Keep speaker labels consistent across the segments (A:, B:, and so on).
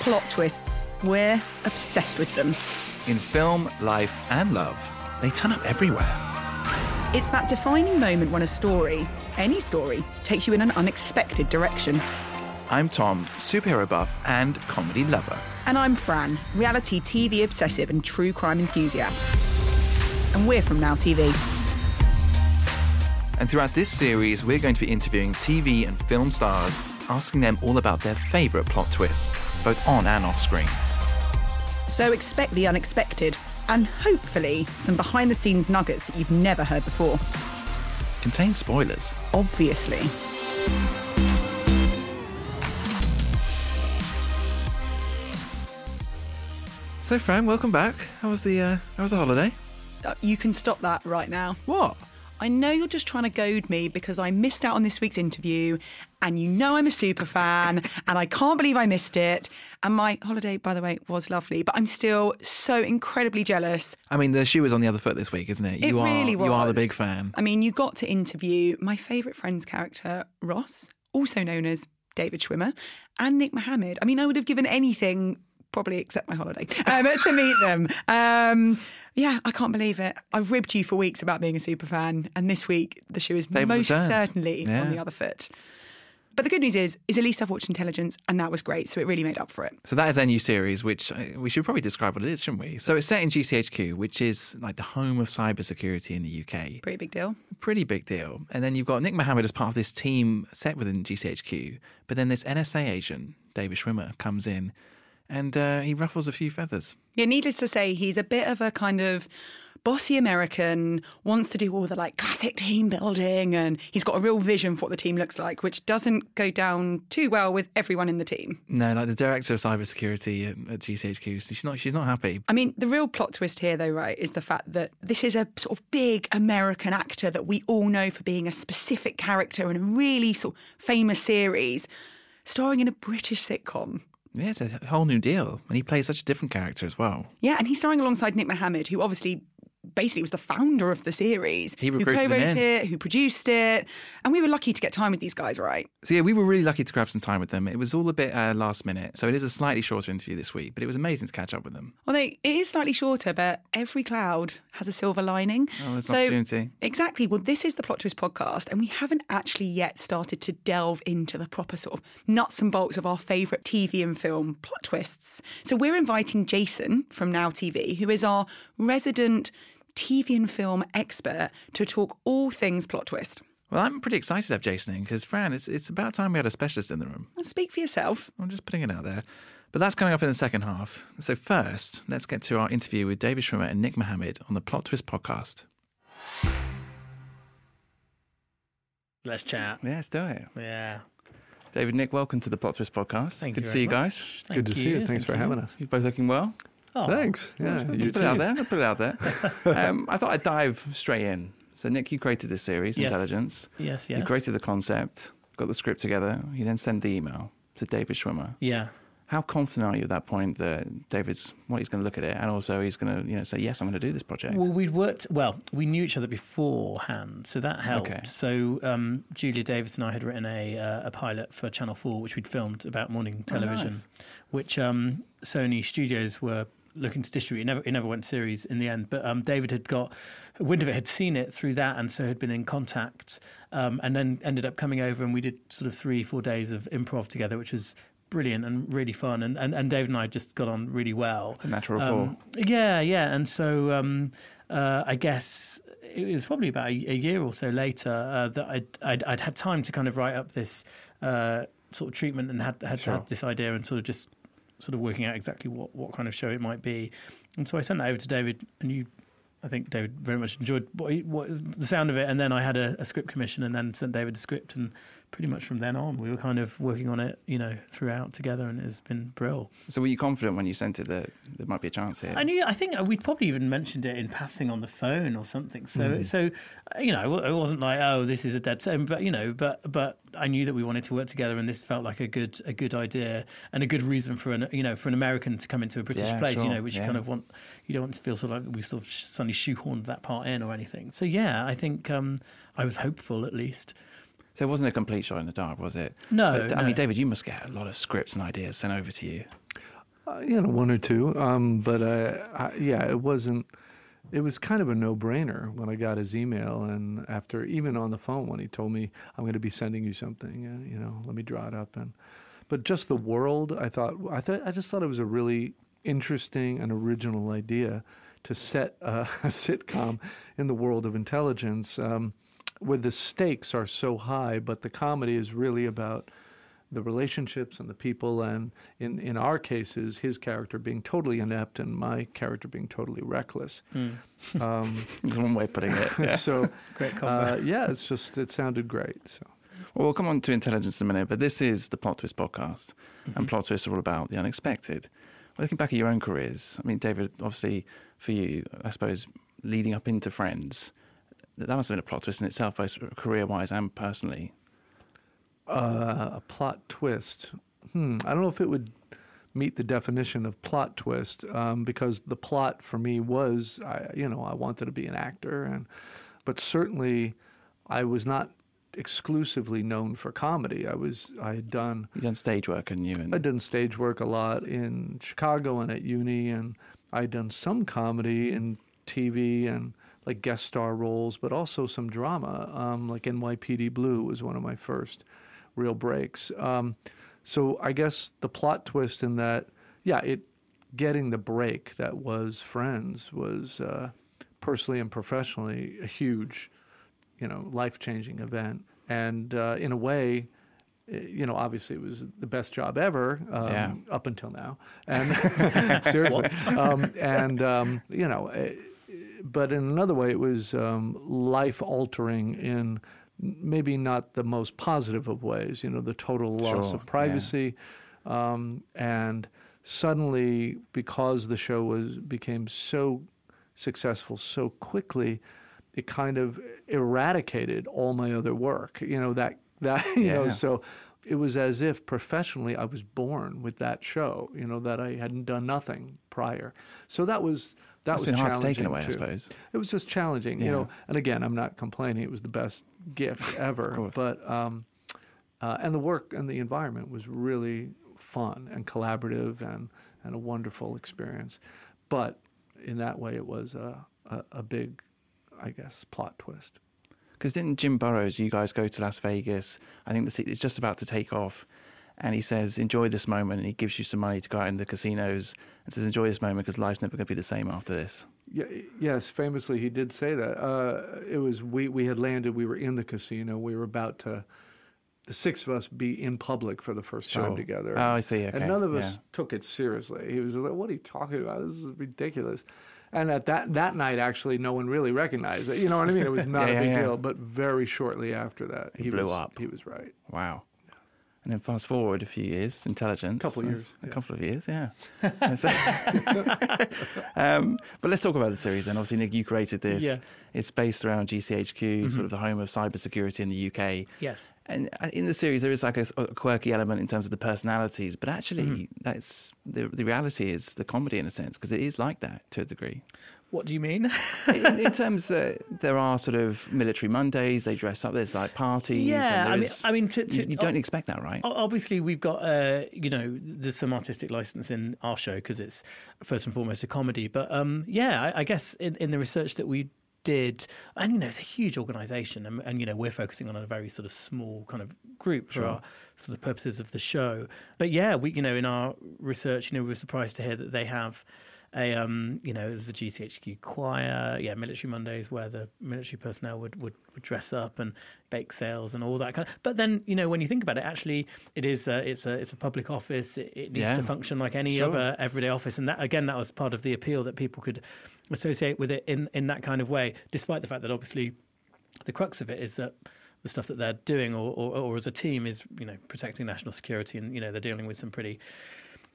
A: plot twists. We're obsessed with them.
B: In film, life, and love, they turn up everywhere.
A: It's that defining moment when a story, any story, takes you in an unexpected direction.
B: I'm Tom, superhero buff and comedy lover.
A: And I'm Fran, reality TV obsessive and true crime enthusiast. And we're from Now TV.
B: And throughout this series, we're going to be interviewing TV and film stars, asking them all about their favourite plot twists, both on and off screen.
A: So expect the unexpected and hopefully some behind the scenes nuggets that you've never heard before.
B: Contains spoilers.
A: Obviously.
B: So, Fran, welcome back. How was the uh, How was the holiday?
A: Uh, You can stop that right now.
B: What?
A: I know you're just trying to goad me because I missed out on this week's interview, and you know I'm a super fan, and I can't believe I missed it. And my holiday, by the way, was lovely, but I'm still so incredibly jealous.
B: I mean, the shoe is on the other foot this week, isn't it?
A: It
B: you are
A: really was.
B: you are the big fan.
A: I mean, you got to interview my favourite Friends character, Ross, also known as David Schwimmer, and Nick Mohammed. I mean, I would have given anything, probably except my holiday, um, to meet them. Um, yeah, I can't believe it. I've ribbed you for weeks about being a super fan, and this week the shoe is
B: Tables are
A: most
B: turned.
A: certainly
B: Yeah.
A: on the other foot. But the good news is, is at least I've watched Intelligence, and that was great. So it really made up for it.
B: So that is their new series, which uh, we should probably describe what it is, shouldn't we? So it's set in GCHQ, which is like the home of cybersecurity in the UK.
A: Pretty big deal.
B: Pretty big deal. And then you've got Nick Mohammed as part of this team set within GCHQ. But then this NSA agent, David Schwimmer, comes in and uh, he ruffles a few feathers.
A: Yeah, needless to say, he's a bit of a kind of bossy American, wants to do all the like classic team building, and he's got a real vision for what the team looks like, which doesn't go down too well with everyone in the team.
B: No, like the director of cybersecurity at, at GCHQ, she's not she's not happy.
A: I mean, the real plot twist here, though, right, is the fact that this is a sort of big American actor that we all know for being a specific character in a really sort of famous series, starring in a British sitcom.
B: Yeah, it's a whole new deal. And he plays such a different character as well.
A: Yeah, and he's starring alongside Nick Mohammed, who obviously basically was the founder of the series.
B: He
A: who
B: recruited him
A: co-wrote
B: in.
A: it, who produced it. And we were lucky to get time with these guys, right?
B: So yeah, we were really lucky to grab some time with them. It was all a bit uh, last minute, so it is a slightly shorter interview this week, but it was amazing to catch up with them.
A: Although it is slightly shorter, but every cloud has a silver lining.
B: Oh, there's an opportunity.
A: Exactly. Well, this is the Plot Twist podcast, and we haven't actually yet started to delve into the proper sort of nuts and bolts of our favourite TV and film plot twists. So we're inviting Jason from Now TV, who is our resident TV and film expert, to talk all things plot twist.
B: Well, I'm pretty excited to have Jason in because Fran, it's it's about time we had a specialist in the room.
A: And Speak for yourself.
B: I'm just putting it out there, but that's coming up in the second half. So first, let's get to our interview with David Schwimmer and Nick Mohammed on the Plot Twist podcast.
C: Let's chat.
B: Yeah, let's do it.
C: Yeah.
B: David, Nick, welcome to the Plot Twist podcast.
C: Thank
B: Good to
C: you very
B: see you
C: much.
B: guys.
C: Thank
D: Good to see you. Thanks for
C: thank
D: having us.
B: You both looking well.
C: Oh,
D: Thanks. Yeah,
B: I'll
D: you
B: put it out
D: too.
B: there. I'll put it out there. um, I thought I'd dive straight in. So Nick, you created this series,
C: Yes.
B: Intelligence.
C: Yes,
B: You
C: yes.
B: created the concept, got the script together. You then sent the email to David Schwimmer.
C: Yeah.
B: How confident are you at that point that David's well, he's going to look at it, and also he's going to you know say yes, I'm going to do this project.
C: Well, we'd worked, well, we knew each other beforehand, so that helped.
B: Okay.
C: So, um, Julia Davis and I had written a, uh, a pilot for Channel 4, which we'd filmed about morning television,
B: Oh, nice.
C: which um, Sony Studios were looking to distribute. It never, it never went to series in the end, but um, David had got wind of it, had seen it through that, and so had been in contact, um, and then ended up coming over, and we did sort of three, four days of improv together, which was brilliant and really fun. And, and, and David and I just got on really well.
B: a natural rapport.
C: Um, yeah, yeah. And so um, uh, I guess it was probably about a, a year or so later uh, that I'd, I'd, I'd had time to kind of write up this uh, sort of treatment and had, had, had this idea and sort of just sort of working out exactly what, what kind of show it might be. And so I sent that over to David, and you, I think David very much enjoyed what, he- what the sound of it. And then I had a, a script commission, and then sent David the script, and pretty much from then on, we were kind of working on it, you know, throughout together, and it's been brill.
B: so were you confident when you sent it that there might be a chance here?
C: I knew. I think uh, we'd probably even mentioned it in passing on the phone or something. So,
B: Hmm.
C: so uh, you know, it wasn't like, oh, this is a dead set. But you know, but but I knew that we wanted to work together, and this felt like a good a good idea and a good reason for an you know for an American to come into a British
B: Yeah,
C: place.
B: sure,
C: You know, which
B: yeah.
C: you kind of want. You don't want to feel sort of like we sort of sh- suddenly shoehorned that part in or anything. So yeah, I think um, I was hopeful at least.
B: so it wasn't a complete shot in the dark, was it?
C: No,
B: But, I mean,
C: no.
B: David, you must get a lot of scripts and ideas sent over to you.
D: Uh, you know, one or two. Um, but uh, I, yeah, it wasn't. It was kind of a no-brainer when I got his email, and after even on the phone when he told me I'm going to be sending you something, uh, you know, let me draw it up. And but just the world, I thought, I thought, I just thought it was a really interesting and original idea to set a, a sitcom in the world of intelligence, um, where the stakes are so high, but the comedy is really about the relationships and the people, and in, in our cases, his character being totally inept and my character being totally reckless. Um,
B: That's one way of putting it. Yeah.
D: So,
C: Hmm. Great combo.
D: uh, yeah, it's just it sounded great. So,
B: Well, we'll come on to intelligence in a minute, but this is the Plot Twist podcast,
C: Mm-hmm.
B: and plot twists are all about the unexpected. Looking back at your own careers, I mean, David, obviously for you, I suppose leading up into Friends, that must have been a plot twist in itself, both career-wise and personally.
D: uh, a plot twist. Hmm, I don't know if it would meet the definition of plot twist um, because the plot for me was, I, you know, I wanted to be an actor, and but certainly I was not exclusively known for comedy. I was I had done
B: You've done stage work, and you and
D: I'd done stage work a lot in Chicago and at uni, and I'd done some comedy in TV and like guest star roles, but also some drama. Um, like NYPD Blue was one of my first real breaks. Um, so I guess the plot twist in that, yeah, it getting the break that was Friends was uh, personally and professionally a huge you know, life changing event. And uh, in a way, i- you know, obviously it was the best job ever um,
B: Yeah.
D: up until now. And seriously, um, and um, you know, eh, but in another way, it was um, life altering in maybe not the most positive of ways. You know, the total
B: Sure,
D: loss
B: yeah.
D: of privacy, um, and suddenly because the show was became so successful so quickly, it kind of eradicated all my other work. You know that that you know
B: Yeah.
D: so. It was as if professionally I was born with that show, you know, that I hadn't done nothing prior. So that was that
B: Must
D: was
B: have been hard to take in a
D: challenging,
B: way, I
D: too.
B: suppose.
D: It was just challenging, you
B: Yeah.
D: know. And again, I'm not complaining. It was the best gift ever.
B: course.
D: but um, uh, and the work and the environment was really fun and collaborative and and a wonderful experience. But in that way, it was a a, a big, I guess, plot twist.
B: Because didn't Jim Burrows, you guys go to Las Vegas? I think the se- it's just about to take off. And he says, enjoy this moment. And he gives you some money to go out in the casinos and says, enjoy this moment because life's never going to be the same after this.
D: Ye- yes, famously he did say that. Uh, it was we we had landed. We were in the casino. We were about to. The six of us be in public for the first time
B: Sure.
D: together.
B: Oh, I see. Okay.
D: And none of us
B: Yeah.
D: took it seriously. He was like, "What are you talking about? This is ridiculous." And at that that night, actually, no one really recognized it. You know what I mean? It was not
B: Yeah,
D: a big
B: yeah, yeah.
D: deal. But very shortly after that,
B: He blew
D: was,
B: up.
D: He was right.
B: Wow. And then fast forward a few years, intelligence.
D: Couple of
B: that's-
D: years,
B: A
D: yeah.
B: couple of years, yeah. And so- um, but let's talk about the series then. Obviously, Nick, you created this.
C: Yeah.
B: It's based around GCHQ,
D: Mm-hmm.
B: sort of the home of cybersecurity in the UK.
C: Yes.
B: And uh, in the series, there is like a, s- a quirky element in terms of the personalities, but actually,
D: Mm-hmm.
B: that's the, the reality is the comedy in a sense, because it is like that to a degree.
C: What do you mean?
B: in, in terms that there are sort of military Mondays, they dress up, there's like parties. and
C: Yeah,
B: there
C: I mean-
B: is-
C: I mean, to- Oh,
B: you,
C: to-
B: you don't expect that, right?
C: O- Obviously, we've got uh, you know there's some artistic license in our show because it's first and foremost a comedy. But um, yeah, I, I guess in, in the research that we did, and you know it's a huge organisation, and, and you know we're focusing on a very sort of small kind of group for our sort of purposes of the show. But yeah, we you know in our research, you know we were surprised to hear that they have. A um, you know, there's a GCHQ choir, yeah, military Mondays where the military personnel would, would, would dress up and bake sales and all that kind of. But then you know, when you think about it, actually, it is a, it's a it's a public office. It, it needs
B: Yeah.
C: to function like any
B: Sure.
C: other everyday office, and that again, that was part of the appeal that people could associate with it in in that kind of way, despite the fact that obviously the crux of it is that the stuff that they're doing or, or, or as a team is you know protecting national security and you know they're dealing with some pretty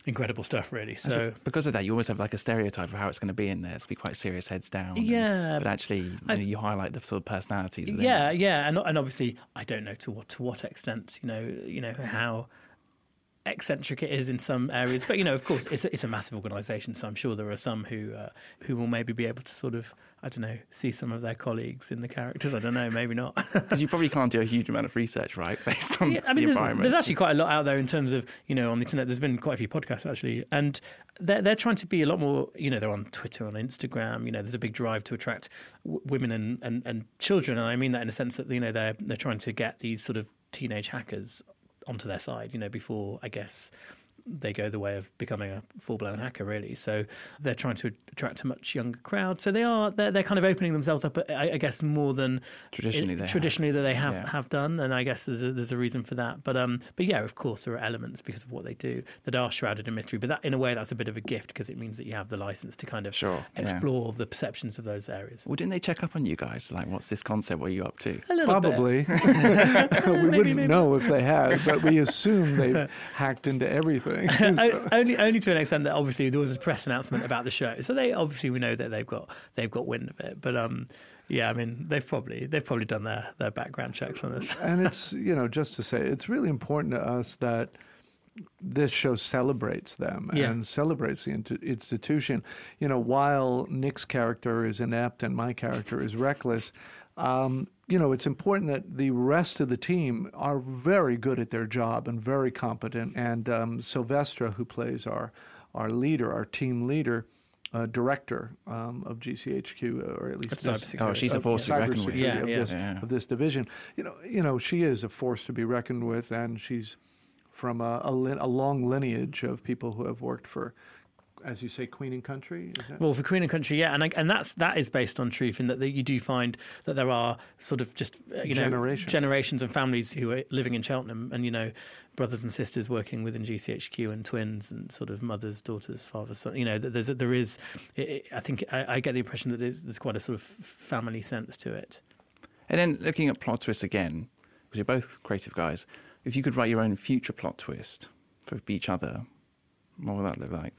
C: incredible stuff really so
B: because of that, you almost have like a stereotype of how it's going to be in there. It's going to be quite serious, heads down. and-
C: Yeah,
B: but actually, you,
C: I-
B: know, you highlight the sort of personalities. within
C: yeah
B: it.
C: yeah and, and obviously i don't know to what to what extent you know you know how eccentric it is in some areas. But you know, of course, it's a, it's a massive organisation, so I'm sure there are some who uh, who will maybe be able to sort of I don't know see some of their colleagues in the characters. I don't know, maybe not.
B: Because you probably can't do a huge amount of research, right? Based on
C: Yeah, I mean,
B: the
C: there's,
B: environment.
C: there's actually quite a lot out there in terms of you know on the internet. There's been quite a few podcasts actually, and they're they're trying to be a lot more. You know, they're on Twitter, on Instagram. You know, there's a big drive to attract w- women and, and and children, and I mean that in a sense that you know they're they're trying to get these sort of teenage hackers onto their side. You know, before I guess they go the way of becoming a full-blown hacker really so they're trying to attract a much younger crowd so they are they're, they're kind of opening themselves up I, I guess more than
B: Traditionally they have.
C: traditionally that they have
B: Yeah.
C: have done, and I guess there's a, there's a reason for that. But um, but yeah, of course there are elements because of what they do that are shrouded in mystery. But that in a way that's a bit of a gift because it means that you have the license to kind of
B: Sure, yeah.
C: explore the perceptions of those areas.
B: Well, didn't they check up on you guys? Like, what's this concept? What are you up to?
C: A little bit.
D: Probably. we wouldn't
C: maybe
D: know if they had, but we assume they've hacked into everything.
C: O- only, only to an extent that obviously there was a press announcement about the show, so they obviously we know that they've got they've got wind of it. But um, yeah, I mean they've probably they've probably done their their background checks on this.
D: and it's you know just to say it's really important to us that this show celebrates them
C: Yeah.
D: and celebrates the inti- institution you know while nick's character is inept and my character is reckless um, you know it's important that the rest of the team are very good at their job and very competent and um, sylvestra who plays our our leader our team leader uh, director um, of GCHQ, or at least
C: Of
D: this-
C: cybersecurity.
B: Oh, she's a
D: of
B: force to reckon with.
D: cybersecurity
C: Yeah,
D: of
C: yeah.
D: this-
B: Yeah.
D: of this division. You know, you know, she is a force to be reckoned with, and she's from a, a, lin- a long lineage of people who have worked for, as you say, Queen and Country. Is that?
C: Well, for Queen and Country, yeah, and I, and that's that is based on truth in that, that you do find that there are sort of just uh, you know
D: Generations.
C: generations and families who are living in Cheltenham, and you know brothers and sisters working within GCHQ and twins and sort of mothers, daughters, fathers, son. You know, that there's a, there is. It, it, I think I, I get the impression that there's, there's quite a sort of family sense to it.
B: And then looking at plot twists again, because you're both creative guys, if you could write your own future plot twist for each other, what would that look like?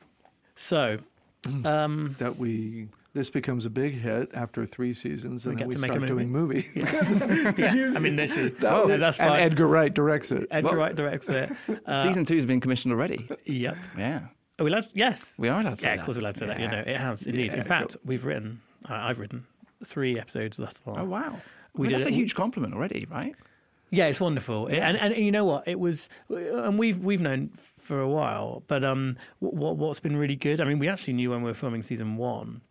C: So. Um,
D: that we this becomes a big hit after three seasons, and
C: We
D: then
C: get
D: we
C: to make a
D: start doing movie.
C: yeah, I mean, literally.
D: That
C: no,
D: would-
C: that's
D: and
C: fine.
D: Edgar Wright directs it.
C: Edgar
B: Well-
C: Wright directs it. Uh,
B: Season two has been commissioned already.
C: yep.
B: Yeah,
C: Are we allowed? to- yes.
B: we are allowed to. say
C: Yeah,
B: that.
C: of course we're allowed to say that. You know,
B: Yeah.
C: it has indeed.
D: Yeah,
C: In fact, we've written, I I've written three episodes thus far.
B: Oh wow, I
C: We
B: mean,
C: did
B: that's
C: it-
B: a huge compliment already, right?
C: Yeah, it's wonderful. And, and and you know what? It was, and we've we've known for a while, but um, what what's been really good? I mean, we actually knew when we were filming season one.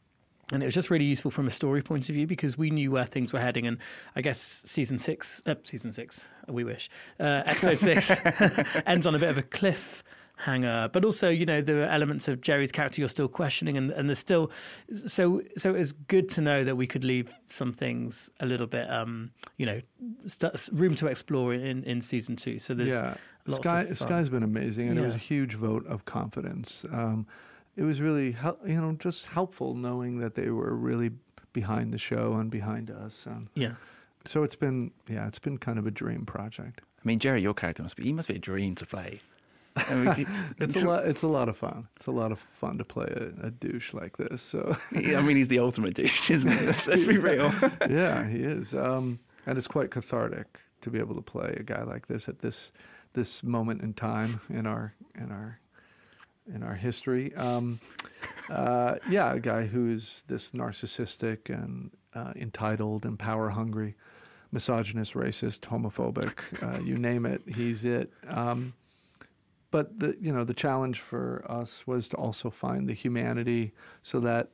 C: And it was just really useful from a story point of view because we knew where things were heading. And I guess season six, uh, season six, we wish, uh, episode six ends on a bit of a cliff hanger but also you know there are elements of jerry's character you're still questioning and, and there's still so so it's good to know that we could leave some things a little bit um you know st- room to explore in in season two so there's
D: yeah,
C: lots
D: Sky
C: of fun.
D: Sky's been amazing, and it was a
C: Yeah.
D: huge vote of confidence. Um, it was really hel- you know just helpful knowing that they were really behind the show and behind us. And
C: yeah
D: So it's been yeah, it's been kind of a dream project.
B: I mean, Jerry, your character must be—he must be a dream to play. I mean, do-
D: It's a lot it's a lot of fun. It's a lot of fun to play a, a douche like this. So
B: Yeah, I mean, he's the ultimate douche, isn't he? Let's, let's be real.
D: yeah, he is. Um, and it's quite cathartic to be able to play a guy like this at this this moment in time in our in our in our history. Um, uh, yeah, a guy who is this narcissistic and uh, entitled and power hungry, misogynist, racist, homophobic, uh, you name it, he's it. Um, but the you know the challenge for us was to also find the humanity so that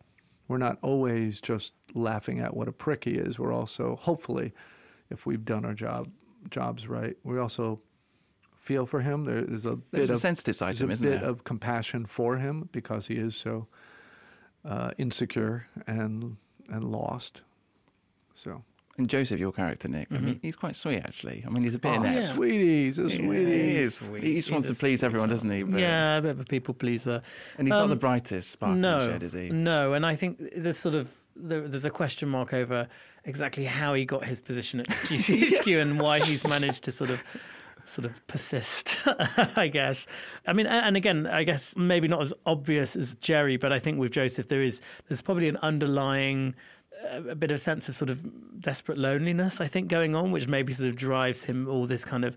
D: we're not always just laughing at what a prick he is. We're also hopefully, if we've done our job jobs right, we also feel for him. There is a bit
B: There's a
D: of
B: sensitive side
D: there's
B: to him,
D: a
B: isn't
D: bit
B: there?
D: of compassion for him because he is so uh, insecure and and lost. So.
B: And Joseph, your character, Nick, I mean, he's quite sweet, actually. I mean, he's a bit
D: Oh,
B: inept.
C: yeah.
D: sweetie, he's a
B: Yeah,
D: sweetie.
B: He is.
C: Sweet.
B: He just wants
C: He's
B: to
C: a
B: please
C: sweet
B: everyone, doesn't he? But-
C: yeah a bit of a people pleaser
B: And he's not the
C: Um,
B: brightest spark in the
C: no,
B: shed, is he?
C: No, and I think there's sort of there, there's a question mark over exactly how he got his position at GCHQ and why he's managed to sort of sort of persist. I guess. I mean, a- and again, I guess maybe not as obvious as Jerry, but I think with Joseph there is there's probably an underlying uh, a bit of sense of sort of desperate loneliness I think going on, which maybe sort of drives him all this kind of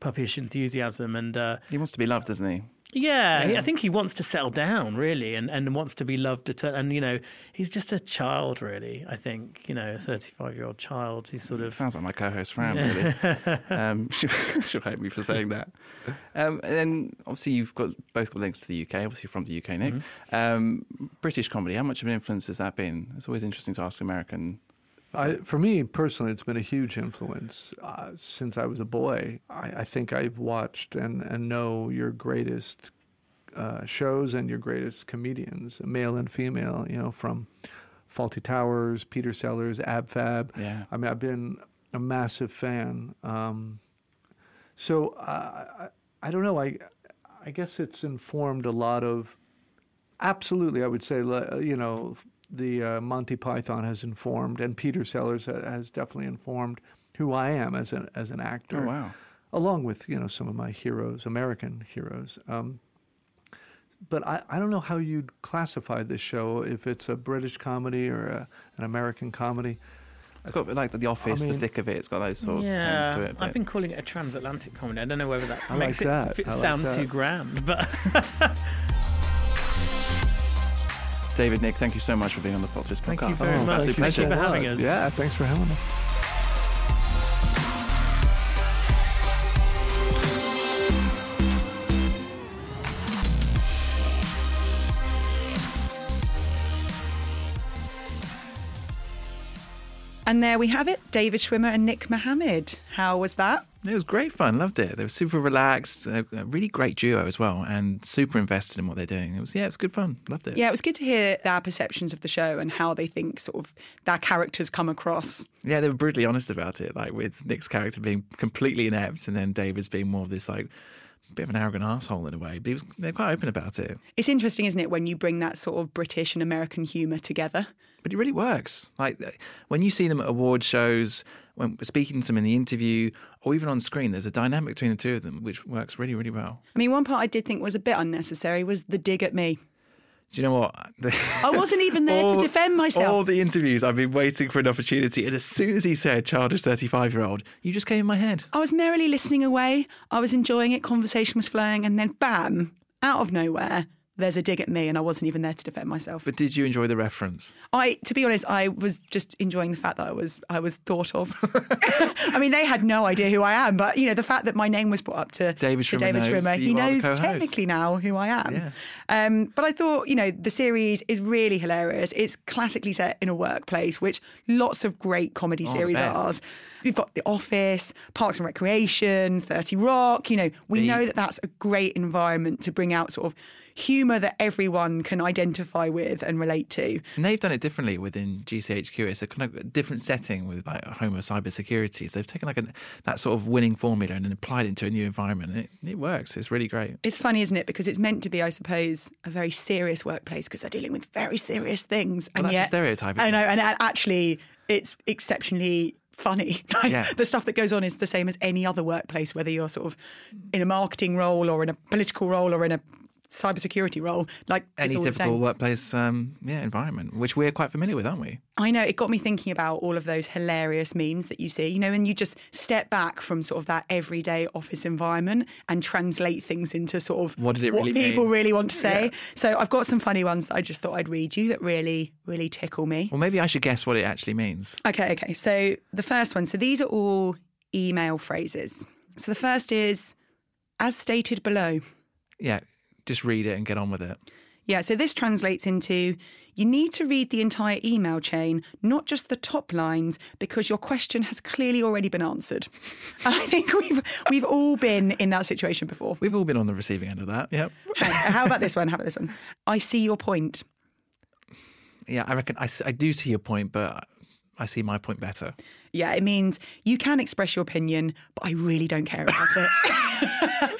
C: puppyish enthusiasm and uh,
B: He wants to be loved, doesn't he?
C: yeah, he I think he wants to settle down really, and, and wants to be loved. Etern- and you know, he's just a child, really. I think you know, a thirty-five-year-old child. He's sort of
B: Sounds like my co-host Fran, really. um, she'll, she'll hate me for saying that. Um, and then, obviously, you've got both got links to the UK. Obviously, you're from the UK, Nick.
C: Mm-hmm.
B: Um, British comedy. How much of an influence has that been? It's always interesting to ask American.
D: I, for me personally, it's been a huge influence uh, since I was a boy. I, I think I've watched and, and know your greatest uh, shows and your greatest comedians, male and female. You know, from Faulty Towers, Peter Sellers, Ab Fab.
B: Yeah.
D: I mean, I've been a massive fan. Um, so uh, I, I don't know. I I guess it's informed a lot of. Absolutely, I would say le- uh, you know the uh, Monty Python has informed, and Peter Sellers ha- has definitely informed who I am as an as an actor.
B: Oh, wow.
D: Along with you know some of my heroes, American heroes. Um, but I, I don't know how you'd classify this show if it's a British comedy or a, an American comedy.
B: It's got like the Office,
D: mean-
B: the thick of it. It's got those sort of
C: yeah.
B: tones to it.
C: I've
B: but-
C: been calling it a transatlantic comedy. I don't know whether that
D: I
C: makes
D: like
C: it
D: that.
C: fit-
D: I like
C: sound
D: that.
C: too grand, but
B: David, Nick, thank you so much for being on the Plot Twist podcast.
C: Thank you very
B: Oh,
C: much.
B: absolute
C: Thank you
B: pleasure.
C: so for having us.
D: Yeah, thanks for having us.
A: And there we have it David Schwimmer and Nick Mohammed. How was that?
B: It was great fun. Loved it. They were super relaxed. A a really great duo as well, and super invested in what they're doing. It was yeah, it was good fun. Loved it.
A: Yeah, it was good to hear their perceptions of the show and how they think sort of their characters come across.
B: Yeah, they were brutally honest about it. Like with Nick's character being completely inept, and then David's being more of this like bit of an arrogant asshole in a way. But he was they're quite open about it.
A: It's interesting, isn't it, when you bring that sort of British and American humour together?
B: but it really works. Like th- when you see them at award shows, when speaking to them in the interview, or even on screen, there's a dynamic between the two of them which works really, really well.
A: I mean, one part I did think was a bit unnecessary was the dig at me.
B: Do you know what?
A: I wasn't even there to defend myself.
B: All the interviews, I've been waiting for an opportunity, and as soon as he said "childish thirty-five-year-old," you just came in my head.
A: I was merrily listening away. I was enjoying it. Conversation was flowing. And then, bam, out of nowhere, there's a dig at me. And I wasn't even there to defend myself.
B: But did you enjoy the reference?
A: I, to be honest, I was just enjoying the fact that I was, I was thought of. I mean, they had no idea who I am, but you know, the fact that my name was brought up to
B: David
A: to
B: Schwimmer
A: David
B: knows
A: Schwimmer,
B: you
A: he
B: are the
A: knows
B: co-host.
A: technically now who I am.
B: Yeah.
A: Um, but I thought, you know, the series is really hilarious. It's classically set in a workplace, which lots of great comedy
B: Oh, the
A: series
B: best.
A: are. We've got The Office, Parks and Recreation, 30 Rock. You know, we
B: Beef.
A: know that that's a great environment to bring out sort of humour that everyone can identify with and relate to.
B: And they've done it differently within GCHQ. It's a kind of different setting with like Homo cybersecurity. So they've taken like an, that sort of winning formula and then applied it into a new environment. It, it works. It's really great.
A: It's funny, isn't it? Because it's meant to be, I suppose, a very serious workplace because they're dealing with very serious things.
B: Well,
A: and
B: that's a
A: yet,
B: stereotype,
A: I
B: isn't
A: know, and a- actually, it's exceptionally funny. Like,
B: Yeah.
A: The stuff that goes on is the same as any other workplace, whether you're sort of in a marketing role or in a political role or in a cybersecurity role. Like
B: Any
A: it's all the
B: typical
A: same.
B: workplace um, yeah, environment, which we're quite familiar with, aren't we?
A: I know it got me thinking about all of those hilarious memes that you see, you know, and you just step back from sort of that everyday office environment and translate things into sort of
B: What did it really
A: people
B: mean?
A: really want to say. So I've got some funny ones that I just thought I'd read you that really, really tickle me.
B: Well, maybe I should guess what it actually means.
A: Okay, okay. So the first one. So these are all email phrases. So the first is, as stated below.
B: Yeah, just read it and get on with it.
A: Yeah, so this translates into you need to read the entire email chain, not just the top lines, because your question has clearly already been answered. And I think we've we've all been in that situation before.
B: We've all been on the receiving end of that. Yep.
A: Hang on, How about this one? How about this one? I see your point.
B: Yeah, I reckon I, s- I do see your point, but I see my point better.
A: Yeah, it means you can express your opinion, but I really don't care about it.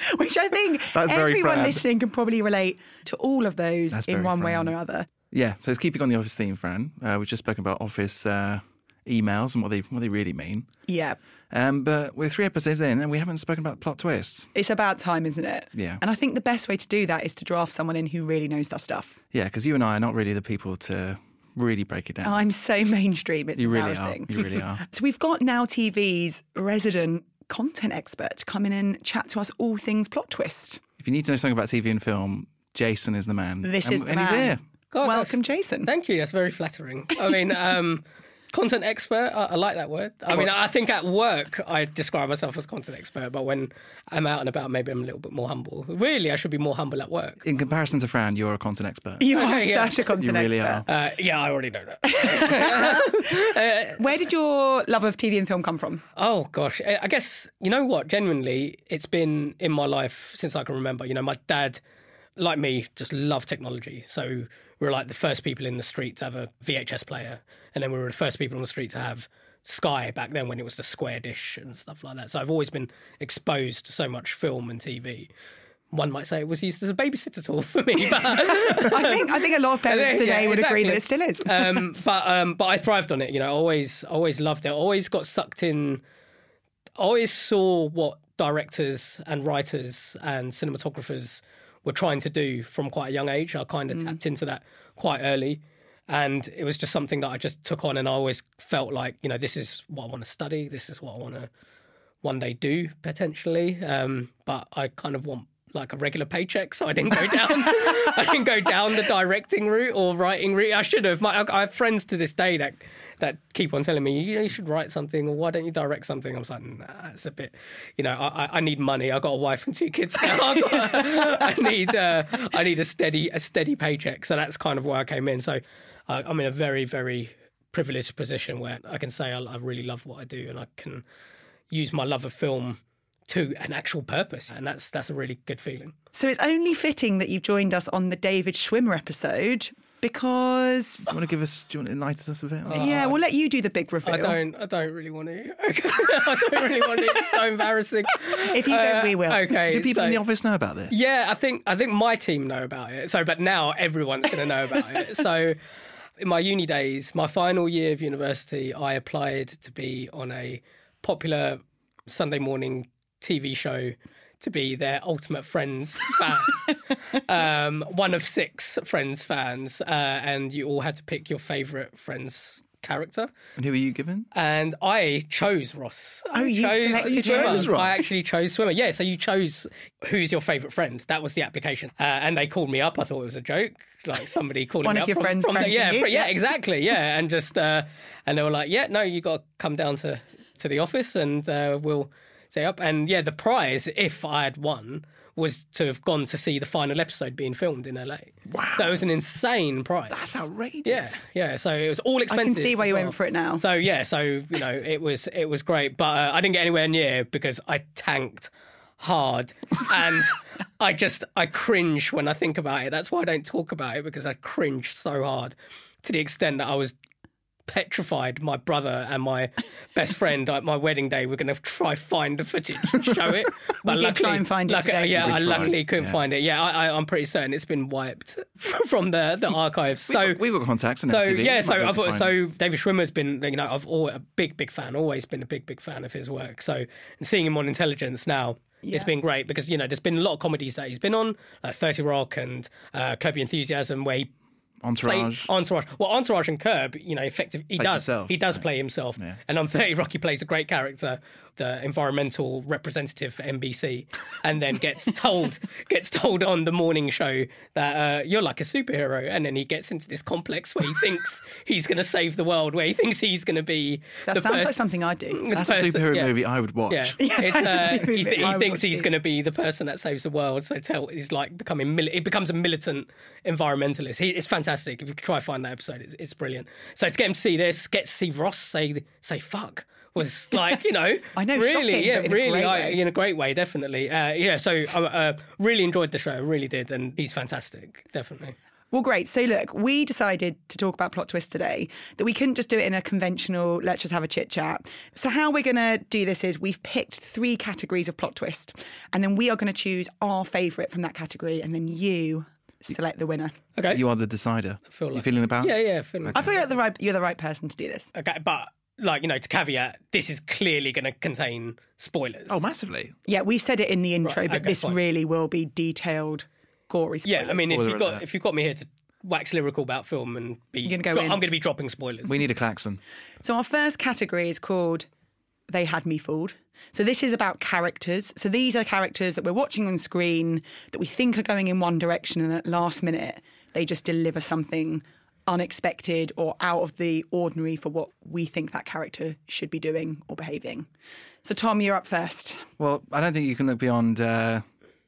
A: Which I think
B: That's very
A: everyone
B: Fran.
A: listening can probably relate to all of those
B: That's
A: in
B: very
A: one way or
B: Fran.
A: another.
B: Yeah, so it's keeping on the office theme, Fran. Uh, we've just spoken about office uh, emails and what they what they really mean.
A: Yeah.
B: Um, but we're three episodes in and we haven't spoken about plot twists.
A: It's about time, isn't it?
B: Yeah.
A: And I think the best way to do that is to draft someone in who really knows that stuff.
B: Yeah, because you and I are not really the people to really break it down.
E: Oh,
A: I'm so mainstream. It's
B: you really are.
A: embarrassing.
B: You really are.
A: So we've got Now TV's resident content expert to come in and chat to us all things plot twist.
B: If you need to know something about TV and film, Jason is the man.
A: This
B: and,
A: is the
B: and he's
A: man.
B: here.
E: God, that's-
A: Welcome, Jason.
E: Thank you. That's very flattering. I mean, um, content expert. I, I like that word. I mean, I think at work I describe myself as content expert, but when I'm out and about, maybe I'm a little bit more humble. Really, I should be more humble at work.
B: In comparison to Fran, you're a content expert.
A: You are
E: yeah.
A: such a content
B: You really
A: expert.
B: are.
E: Uh, yeah, I already know that.
A: Where did your love of TV and film come from?
E: Oh gosh, I I guess you know what. Genuinely, it's been in my life since I can remember. You know, my dad, like me, just loved technology. So we were like the first people in the street to have a VHS player, and then we were the first people on the street to have Sky back then when it was the square dish and stuff like that. So I've always been exposed to so much film and TV. One might say it was used as a babysitter tool for me, but
A: I think I think a lot of parents
E: Yeah,
A: today would agree that it
E: exactly.
A: still is.
E: um, but um, but I thrived on it. You know, I always always loved it. I Always got sucked in. I Always saw what directors and writers and cinematographers were trying to do from quite a young age. I kind of
A: Mm.
E: tapped into that quite early. And it was just something that I just took on, and I always felt like, you know, this is what I want to study. This is what I want to one day do potentially. Um, but I kind of want like a regular paycheck, so I didn't go down. I didn't go down the directing route or writing route. I should have. My, I have friends to this day that that keep on telling me, you know, you should write something, or why don't you direct something? I was like, nah, it's a bit, you know, I, I- I need money. I got a wife and two kids now. I, got- I need uh, I need a steady a steady paycheck. So that's kind of where I came in. So I I'm in a very very privileged position where I can say I, I really love what I do and I can use my love of film to an actual purpose, and that's that's a really good feeling.
A: So it's only fitting that you've joined us on the David Schwimmer episode because
B: You want to give us, do you want to enlighten us a bit?
A: yeah, we'll let you do the big reveal.
E: Oh, I don't, I don't really want to. I don't really want to. It's so embarrassing.
A: If you don't, we will.
E: Okay.
B: do people in the
E: so-
B: office know about this?
E: Yeah, I think I think my team know about it. So, but now everyone's going to know about it. So, in my uni days, my final year of university, I applied to be on a popular Sunday morning TV show to be their ultimate Friends fan, um, one of six Friends fans, uh, and you all had to pick your favourite Friends character
B: And who are you given?
E: and I chose Ross. I
A: Oh, you selected You chose
E: Swimmer. I actually chose Swimmer. Yeah, so you chose who's your favourite friend. That was the application, uh, and they called me up. I thought it was a joke, like somebody calling
A: One
E: me
A: of
E: up
A: your
E: from,
A: friends
E: From the,
A: pranking
E: yeah,
A: you.
E: fr- yeah, exactly. Yeah, and just uh, and they were like, yeah, no, you got to come down to to the office, and uh, we'll stay up. And yeah, the prize, if I had won. Was to have gone to see the final episode being filmed in LA. Wow! So it was an insane prize.
B: That's outrageous.
E: Yeah, yeah. So it was all
A: I can
E: expenses.
A: see why
E: as
A: you
E: well.
A: went for it now.
E: So yeah, so you know, it was it was great, but uh, I didn't get anywhere near because I tanked hard, and I just I cringe when I think about it. That's why I don't talk about it because I cringe so hard to the extent that I was petrified my brother and my best friend at my wedding day were going to try find the footage and show it but
A: did try and find it
E: luckily-
A: today.
E: yeah
B: We
E: i
B: tried,
E: luckily couldn't
B: yeah.
E: find it yeah I, I, i'm pretty certain it's been wiped from the, the archives so
B: We've got contacts and
E: so
B: MTV.
E: yeah,
B: Might
E: so
B: be able
E: I've,
B: to
E: al-
B: find-
E: so David Schwimmer's been you know I've all, a big big fan, always been a big big fan of his work. So and seeing him on Intelligence now. It's
A: Yeah.
E: been great because you know there's been a lot of comedies that he's been on, like Thirty Rock and uh, Curb Your Enthusiasm, where he played
B: Entourage.
E: Entourage. Well, Entourage and Curb, you know, effective. He
B: Plays
E: does
B: himself,
E: he does play himself, and on Thirty Rock he plays a great character, the environmental representative for NBC, and then gets told gets told on the morning show that uh, you're like a superhero, and then he gets into this complex where he thinks he's going to save the world, where he thinks he's going to be
A: that
E: the
A: sounds
E: first,
A: like something I do.
E: the
B: That's a
E: person-
B: superhero
E: yeah.
B: movie I would watch.
E: Yeah, it's,
A: that's a
E: uh,
A: super
E: he,
A: bit.
E: he
A: I
E: thinks
A: watched
E: he's
A: it.
E: going to be the person that saves the world. So tell he's like becoming mili- it becomes a militant environmentalist. He, it's fantastic. If you try to find that episode, it's, it's brilliant. So to get him to see this, get to see Ross say say fuck was like you know
A: I know,
E: really
A: shocking,
E: yeah
A: but in a
E: really
A: great
E: I,
A: way.
E: in a great way definitely uh, yeah. So I uh, really enjoyed the show, really did, and he's fantastic, definitely.
A: Well, great. So, look, we decided to talk about plot twists today, that we couldn't just do it in a conventional, let's just have a chit chat. So, how we're going to do this is we've picked three categories of plot twist, and then we are going to choose our favourite from that category, and then you select the winner.
E: Okay,
B: You are the decider.
E: feel like-
B: you feeling about?
E: yeah yeah. Finley.
A: I feel like the right, you're the right person to do this.
E: Okay, but like you know to caveat, this is clearly going to contain spoilers.
B: Oh, massively.
A: Yeah, we said it in the intro,
E: Right,
A: but
E: okay,
A: this
E: fine.
A: really will be detailed, gory spoilers.
E: Yeah, I mean, if
B: Spoiler
E: you've got
B: alert.
E: if you've got me here to wax lyrical about film and be,
A: gonna go
E: dro-
A: in.
E: I'm going to be dropping spoilers.
B: We need a klaxon.
A: So, our first category is called they had me fooled. So this is about characters. So these are characters that we're watching on screen that we think are going in one direction, and at last minute they just deliver something unexpected or out of the ordinary for what we think that character should be doing or behaving. So Tom, you're up first.
B: Well, I don't think you can look beyond uh,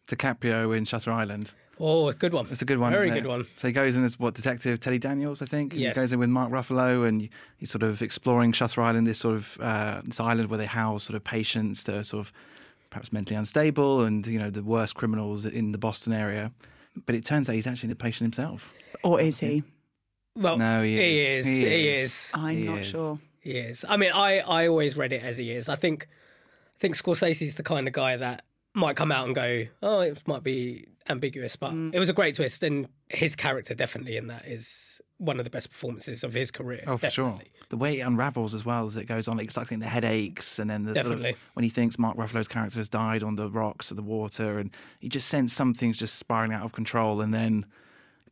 B: DiCaprio in Shutter Island.
E: Oh, good one.
B: It's a good one.
E: Very
B: isn't it?
E: good one.
B: So he goes in as what detective Teddy Daniels, I think.
E: Yes.
B: He goes in with Mark Ruffalo, and he's sort of exploring Shutter Island, this sort of uh, this island where they house sort of patients that are sort of perhaps mentally unstable, and you know the worst criminals in the Boston area. But it turns out he's actually the patient himself.
A: Or is he?
E: Well,
B: No, he is.
E: He
B: He
E: is. He
B: is.
E: is.
A: I'm
B: He
A: not
B: is.
A: sure.
E: He is. I mean, I, I always read it as he is. I think I think Scorsese's the kind of guy that might come out and go, oh, it might be ambiguous, but
A: Mm.
E: it was a great twist, and his character definitely in that is one of the best performances of his career.
B: Oh, for sure.
E: definitely.
B: The way it unravels as well as it goes on, like sucking the headaches, and then the Sort
E: Definitely.
B: of, when he thinks Mark Ruffalo's character has died on the rocks or the water, and you just sense something's just spiraling out of control, and then,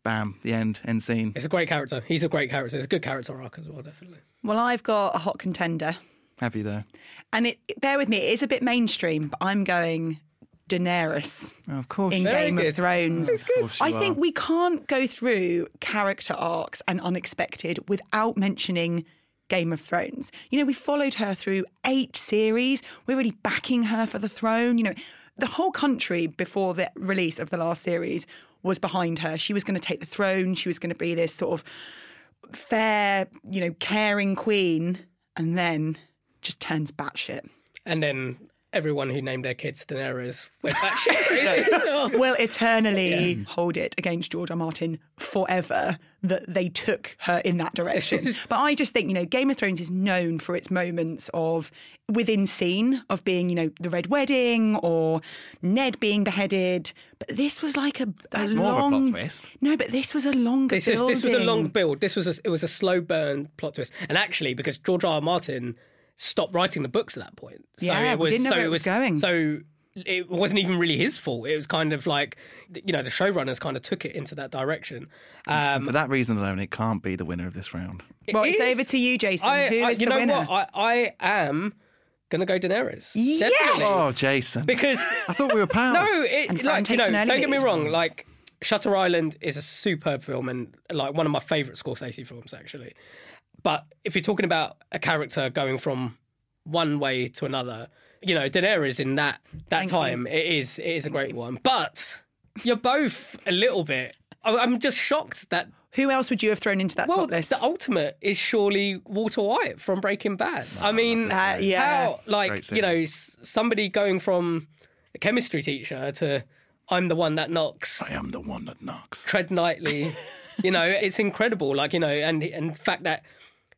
B: bam, the end, end scene.
E: It's a great character. He's a great character. It's a good character arc as well, definitely.
A: Well, I've got a hot contender.
B: Have you there?
A: And it bear with me, it is a bit mainstream, but I'm going Daenerys
B: Oh, of course.
A: in
B: you-
E: Very
A: Game
E: good.
A: of Thrones.
B: Of course you
A: I
B: are.
A: think we can't go through character arcs and unexpected without mentioning Game of Thrones. You know, we followed her through eight series. We're really backing her for the throne. You know, the whole country before the release of the last series was behind her. She was going to take the throne. She was going to be this sort of fair, you know, caring queen, and then just turns batshit.
E: And then everyone who named their kids Daenerys went back shit crazy.
A: will eternally hold it against George R. Martin forever that they took her in that direction. but I just think, you know, Game of Thrones is known for its moments of within scene of being, you know, the Red Wedding or Ned being beheaded. But this was like a, a
B: That's more of a plot
A: long
B: twist.
A: No, but this was a longer
E: This, is, this was a
A: building.
E: long build. This was a, it was a slow burn plot twist, and actually, because George R. R. Martin stopped writing the books at that point, so
A: Yeah,
E: it
A: we
E: was,
A: didn't know
E: so
A: where it was going.
E: So it wasn't even really his fault. It was kind of like you know the showrunners kind of took it into that direction. Um,
B: For that reason alone, it can't be the winner of this round.
A: Well,
E: it
A: it's
E: is-
A: over to you, Jason. Who
E: I,
A: is
E: I- you
A: the
E: know
A: winner?
E: what? I, I am gonna go Daenerys.
A: Yes!
E: Definitely.
B: Oh, Jason.
E: because
D: I thought we were pals.
E: No, it,
A: And
E: like you
A: Fran takes
E: know,
A: an early
E: don't get me
A: lead.
E: wrong. Like Shutter Island is a superb film and like one of my favourite Scorsese films actually. But if you're talking about a character going from one way to another, you know, Daenerys in that that
A: Thank you.
E: time, it is it is a great one. But you're both a little bit. I- I'm just shocked that
A: Who else would you have thrown into that
E: well,
A: top list?
E: the ultimate is surely Walter White from Breaking Bad. I mean,
A: Uh, yeah.
E: how like
B: Great
E: you know
B: series.
E: s- somebody going from a chemistry teacher to I'm the one that knocks
B: I am the one that knocks.
E: tread lightly. you know, it's incredible. Like you know, and and the fact that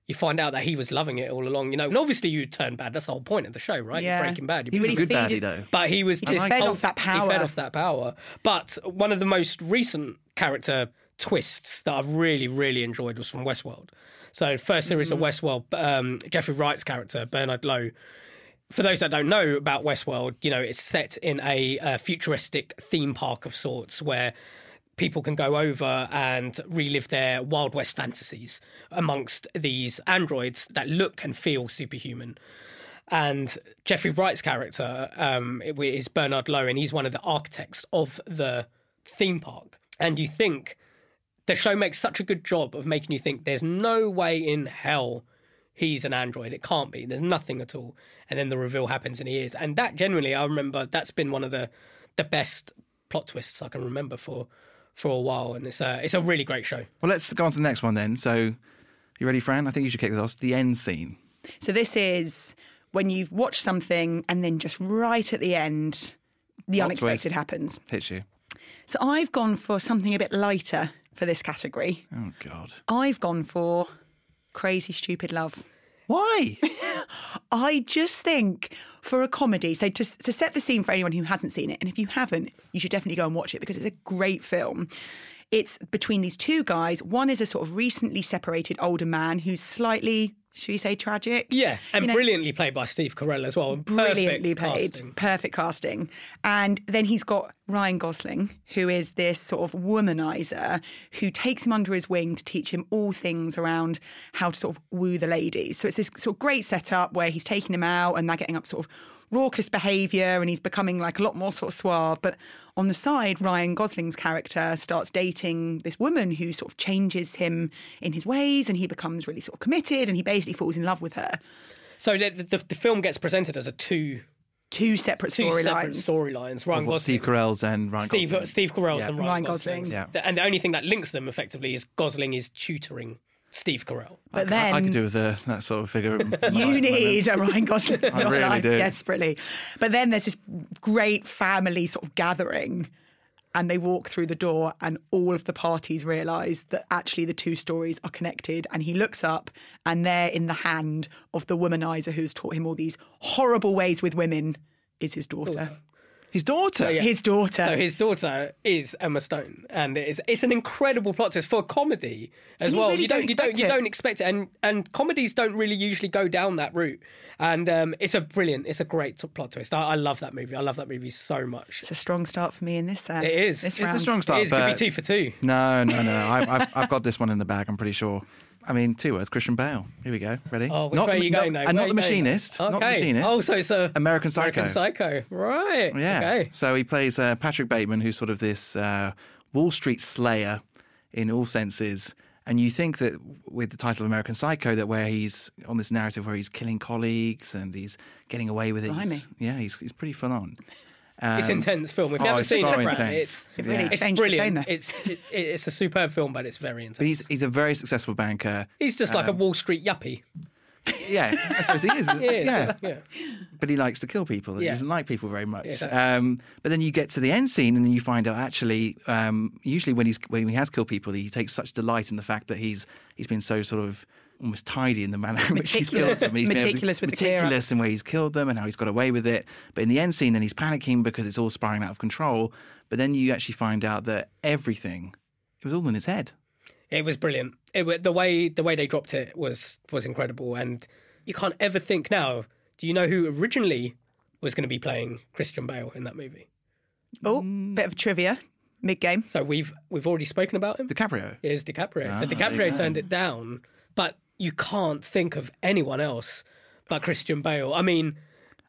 E: you find out that he was loving it all along. You know, and obviously you turn bad. That's the whole point of the show, right?
A: Yeah.
E: You're Breaking Bad.
B: He
E: You're
B: was a
A: really
B: good
A: feed it-
B: baddie, though.
E: but he was just
A: fed off that power.
E: He fed off that power. But one of the most recent character twists that I've really, really enjoyed was from Westworld. So first series
A: Mm.
E: of Westworld, um, Jeffrey Wright's character Bernard Lowe. For those that don't know about Westworld, you know it's set in a, uh futuristic theme park of sorts where people can go over and relive their Wild West fantasies amongst these androids that look and feel superhuman and Jeffrey Wright's character um, is Bernard Lowe, and he's one of the architects of the theme park. And you think the show makes such a good job of making you think there's no way in hell he's an android. It can't be. There's nothing at all. And then the reveal happens, and he is. And that genuinely, I remember that's been one of the the best plot twists I can remember for for a while. And it's a it's a really great show.
B: Well, let's go on to the next one then. So, you ready, Fran? I think you should kick this off. The end scene.
A: So this is when you've watched something and then just right at the end, the
B: Plot
A: unexpected
B: twist.
A: happens.
B: Hits you.
A: So I've gone for something a bit lighter for this category.
B: Oh, God.
A: I've gone for crazy stupid love.
B: Why?
A: I just think for a comedy, so to, to set the scene for anyone who hasn't seen it, and if you haven't, you should definitely go and watch it because it's a great film. It's between these two guys. One is a sort of recently separated older man who's slightly, should we say, tragic?
E: Yeah, and
A: You know,
E: brilliantly played by Steve Carell as well. Perfect
A: brilliantly played,
E: casting.
A: perfect casting. And then he's got Ryan Gosling, who is this sort of womanizer who takes him under his wing to teach him all things around how to sort of woo the ladies. So it's this sort of great setup where he's taking him out and they're getting up sort of raucous behavior and he's becoming like a lot more sort of suave. But on the side, Ryan Gosling's character starts dating this woman who sort of changes him in his ways and he becomes really sort of committed and he basically falls in love with her.
E: So the, the, the film gets presented as a two
A: Two separate
E: two separate
A: storylines.
E: storylines. Ryan
B: Well,
E: Gosling,
B: Steve Carell's and Ryan
E: Steve
B: Gosling.
E: Steve Carell's
B: Yeah.
E: and Ryan,
A: Ryan
E: Gosling.
A: Gosling's.
B: Yeah.
E: The- And the only thing that links them effectively is Gosling is tutoring Steve Carell.
A: But
B: I-
A: then
B: I, could do with uh, that sort of figure. in my- my
A: You need a Ryan Gosling in your
B: really
A: life
B: do.
A: desperately. But then there's this great family sort of gathering, and they walk through the door, and all of the parties realise that actually the two stories are connected. And he looks up, and they're in the hand of the womanizer who's taught him all these horrible ways with women. Is his daughter.
B: His daughter.
A: His daughter.
E: So his daughter is Emma Stone, and it's it's an incredible plot twist for a comedy as
A: you
E: well.
A: really
E: you don't,
A: don't
E: you don't
A: expect it.
E: you don't expect it, and and comedies don't really usually go down that route. And um, it's a brilliant, it's a great t- plot twist. I, I love that movie. I love that movie so much.
A: It's a strong start for me in this. Uh,
E: It is.
A: This
E: It's
B: It's
A: round.
B: a strong start.
E: it is going
B: but-
E: to be two for two.
B: No, no, no. I've, I've, I've got this one in the bag, I'm pretty sure. I mean, two words Christian Bale. Here we go. Ready?
E: Oh, which
B: Not
E: way
B: the-
E: are you going
B: not-
E: now?
B: And
E: Where
B: not
E: are
B: the
E: you going now?
B: machinist.
E: Okay.
B: Not the machinist.
E: Oh, so it's a
B: American Psycho.
E: American Psycho. Right.
B: Yeah.
E: Okay.
B: So he plays uh, Patrick Bateman, who's sort of this uh, Wall Street slayer in all senses. And you think that with the title of American Psycho, that where he's on this narrative where he's killing colleagues and he's getting away with it. He's-
A: Blimey.
B: yeah, he's, he's pretty full on.
E: It's
B: Um,
E: intense film. If you
B: oh,
E: haven't
B: it's
E: seen
B: so
E: it, Fran,
B: intense.
E: it's
A: It really
B: Yeah.
E: it's
A: changed the tone
E: brilliant.
A: there.
E: It's it, it's a superb film, but it's very intense.
B: But he's, he's a very successful banker.
E: He's just
A: Um,
E: like a Wall Street yuppie.
B: Yeah, I suppose he is.
E: He is,
B: yeah.
E: yeah.
B: but he likes to kill people. He
E: Yeah.
B: doesn't like people very much.
E: exactly.
B: Um, but then you get to the end scene, and you find out actually, um, usually when he's when he has killed people, he takes such delight in the fact that he's he's been so sort of almost tidy in the manner in which he's killed
A: Meticulous.
B: them. He's been able to-
A: Meticulous with the clear up.
B: meticulous in where he's killed them and how he's got away with it. But in the end scene, then he's panicking because it's all spiraling out of control. But then you actually find out that everything it was all in his head.
E: It was brilliant. It wa- the way the way they dropped it was was incredible, and you can't ever think now. Do you know who originally was going to be playing Christian Bale in that movie?
A: Oh,
E: Mm.
A: bit of trivia mid game.
E: So we've we've already spoken about him.
B: DiCaprio.
E: It is DiCaprio.
B: Ah,
E: so
B: there you
E: DiCaprio
B: go.
E: turned it down, but you can't think of anyone else but Christian Bale. I mean,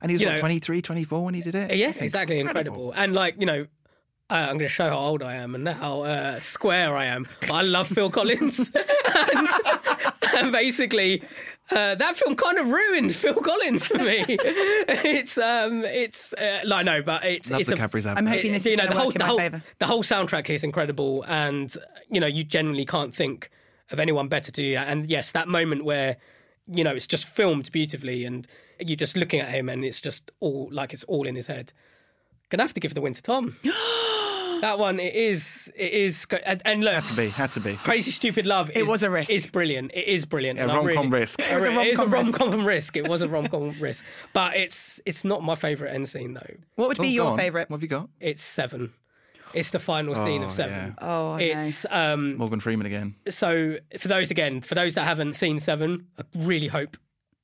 B: And he was
E: You
B: what,
E: know-
B: 23, 24 when he did it?
E: yes, exactly, incredible. And like you know, uh, I'm going to show how old I am and how uh, square I am. But I love Phil Collins, and, and basically. Uh, that film kind of ruined Phil Collins for me. it's um, it's uh, like no, but it's
B: Love
E: it's a-
B: DiCaprio's
A: I'm hoping
E: it-
A: this
E: you
A: is
E: know,
A: going
E: the
A: to
E: whole,
A: work in
E: the,
A: my
E: whole,
A: favour.
E: the whole soundtrack is incredible, and you know you generally can't think of anyone better to do that. And yes, that moment where you know it's just filmed beautifully, and you're just looking at him, and it's just all like it's all in his head. Gonna have to give the win to Tom. that one, it is, it is, great. and, and look,
B: Had to be, had to be.
E: Crazy Stupid Love. It
A: was a risk.
E: It's brilliant. It is brilliant.
B: Yeah,
E: and I
B: rom-com
E: really-
B: risk. It
A: was a
E: It is a
A: rom-com risk.
E: rom-com risk. It was a rom-com risk, but it's it's not my favorite end scene though.
A: What would
B: Oh,
A: be
B: go
A: your
B: on.
A: favourite?
B: What have you got?
E: It's seven. It's the final scene
B: Oh,
E: of seven.
A: Oh, I know.
E: It's um
B: Morgan Freeman again.
E: so for those again, for those that haven't seen Seven, I really hope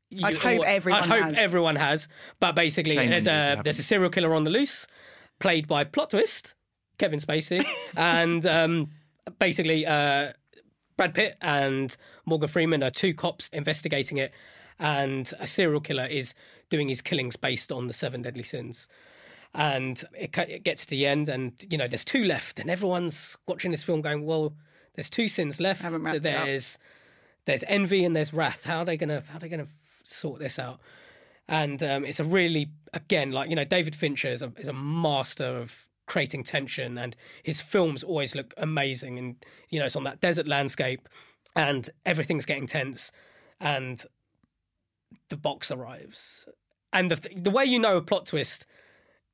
E: you
A: I'd hope everyone
E: I'd hope
A: has.
E: everyone has. But basically
B: Shame
E: there's
B: indeed they
E: a
B: haven't.
E: there's a serial killer on the loose, played by plot twist, Kevin Spacey, and um basically uh Brad Pitt and Morgan Freeman are two cops investigating it, and a serial killer is doing his killings based on the seven deadly sins. And it, ca- it gets to the end, and you know there's two left, and everyone's watching this film going, "Well, there's two sins left.
A: Haven't wrapped it up.
E: there's there's envy and there's wrath. How are they gonna how are they gonna sort this out?" And um, it's a really again like you know David Fincher is a, is a master of creating tension, and his films always look amazing. And you know it's on that desert landscape, and everything's getting tense, and the box arrives, and the the way you know a plot twist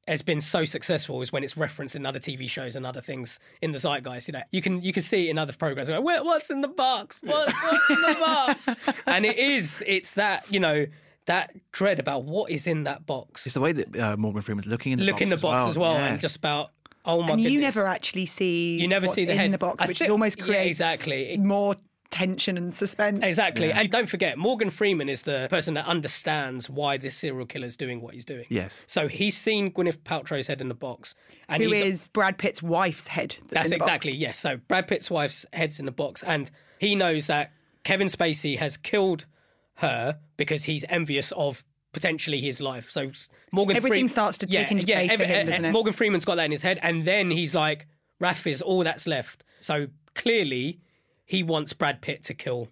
E: has been so successful is when it's referenced in other TV shows and other things in the zeitgeist. You know, you can you can see it in other programs. Like, "Where- what's in the box? What, what's in the box? and it is it's that you know that dread about what is in that box.
B: It's the way that uh, Morgan Freeman's looking in the
E: Look
B: box
E: in the
B: as
E: box
B: well.
E: as well,
B: yeah.
E: and just about Oh my
A: and you
E: goodness.
A: never actually see
E: You never
A: what's
E: see the
A: in
E: head.
A: the box,
E: I
A: which
E: think-
A: almost
E: yeah,
A: creates
E: exactly. It-
A: more tension and suspense.
E: Exactly. And don't forget, Morgan Freeman is the person that understands why this serial killer is doing what he's doing.
B: Yes.
E: So he's seen Gwyneth Paltrow's head in the box. And
A: Who
E: he's,
A: is Brad Pitt's wife's head? That's,
E: That's
A: in the box.
E: exactly, yes. So Brad Pitt's wife's head's in the box. And he knows that Kevin Spacey has killed her because he's envious of potentially his life. So Morgan
A: Everything
E: Freem-
A: starts to take into play for him, doesn't it?
E: eh, Morgan Freeman's got that in his head. And then he's like, Raph is all that's left. So clearly, he wants Brad Pitt to kill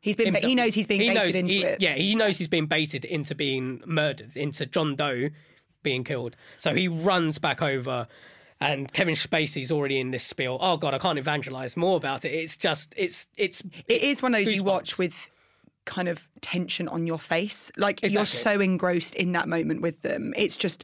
A: He's been.
E: himself.
A: He knows he's being
E: He
A: baited
E: knows-
A: into
E: he-
A: it.
E: Yeah, he knows he's being baited into being murdered, into John Doe being killed. So he runs back over, and Kevin Spacey's already in this spiel. Oh God, I can't evangelize more about it. It's just, it's, it's,
A: It is one of those you
E: Goosebumps.
A: watch with kind of tension on your face. Like you're
E: Exactly.
A: so engrossed in that moment with them. It's just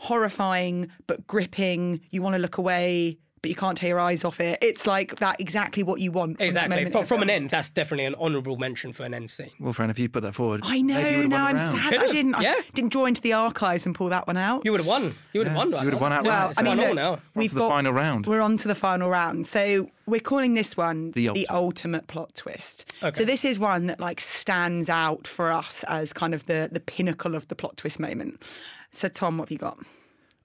A: horrifying but gripping. You want to look away, but you can't tear your eyes off it. It's like that exactly what you want. from that
E: exactly
A: moment in
E: from,
A: a
E: from an
A: film.
E: end. That's definitely an honourable mention for an end scene.
B: Well, Fran, if you put that forward,
A: I
B: maybe you
A: know.
B: would've
A: Now
B: won
A: I'm
B: the round.
A: sad
E: Could
A: I
E: have,
A: didn't.
E: yeah.
A: I didn't draw into the archives and pull that one out.
E: You would have won. You would have won.
B: you would have won
E: It's
B: outright.
E: one-
A: Well,
E: It's
A: I mean,
E: one all
A: look,
E: now.
A: we've
B: the
A: got
B: final round.
A: We're on to the final round. So we're calling this one
B: The
A: the,
B: ultimate.
A: ultimate plot twist.
E: Okay.
A: So this is one that like stands out for us as kind of the the pinnacle of the plot twist moment. So Tom, what have you got?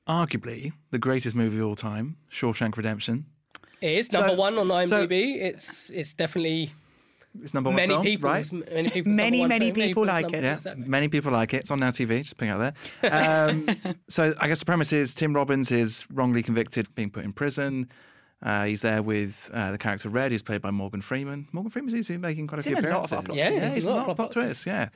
B: Arguably the greatest movie of all time, Shawshank Redemption.
E: It is number one on IMDb.
B: so-
E: it's, it's definitely
B: It's number one.
E: many
B: film,
E: people,
B: right?
E: many people,
A: Many, many people like it.
B: Yeah, many people like it. It's on Now TV. Just putting it out there. Um, so I guess the premise is Tim Robbins is wrongly convicted, being put in prison. Uh, he's there with uh, the character Red, who's played by Morgan Freeman. Morgan Freeman seems to be making quite a few
A: in a lot
B: appearances.
A: of our plot
E: twists. Yeah, he's
B: he's
E: in a lot of our
B: plot
E: plot
B: twists. Yeah,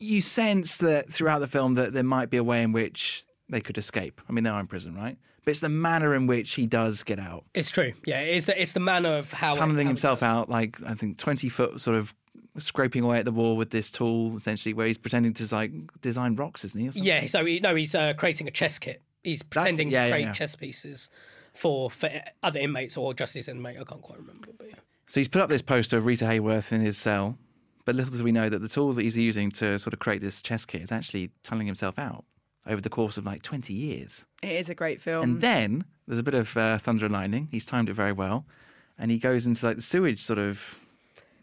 B: you sense that throughout the film that there might be a way in which they could escape. I mean, they are in prison, right? But it's the manner in which he does get out
E: It's true. Yeah, it's the it's the manner of how it-
B: tunneling
E: Oh, how it
B: himself out, like I think twenty foot, sort of scraping away at the wall with this tool, essentially, where he's pretending to like design rocks, isn't he? Or something?
E: Yeah, so he, no, he's uh, creating a chess kit. He's pretending
B: yeah,
E: to
B: yeah,
E: create
B: yeah.
E: chess pieces for for other inmates or just his inmate. I can't quite remember. But yeah.
B: So he's put up this poster of Rita Hayworth in his cell, but little do we know that the tools that he's using to sort of create this chess kit is actually tunneling himself out over the course of like twenty years.
A: It is a great film.
E: Um.
B: And then there's a bit of uh, thunder and lightning. He's timed it very well, and he goes into like the sewage sort of.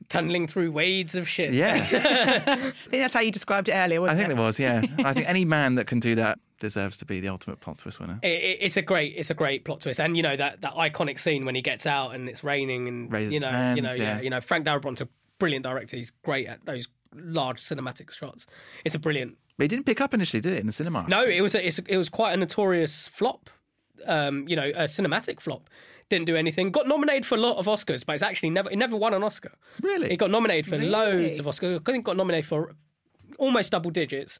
E: tunneling through waves of shit.
B: Yeah,
A: I think that's how you described it earlier,
B: I
A: wasn't
B: think it was. Yeah, I think any man that can do that deserves to be the ultimate plot twist winner.
E: It, it- it's a great, it's a great plot twist, and you know that, that iconic scene when he gets out and it's raining, and
B: Raises
E: you know,
B: his hands,
E: you know,
B: yeah.
E: you know, Frank Darabont's a brilliant director. He's great at those large cinematic shots. It's a brilliant
B: But he didn't pick up initially, did it, in the cinema?
E: No, it was a, it's, it was quite a notorious flop. Um, you know, a cinematic flop. Didn't do anything. Got nominated for a lot of Oscars, but it's actually never it never won an Oscar.
B: Really?
E: It got nominated for loads of Oscars. I think got nominated for almost double digits,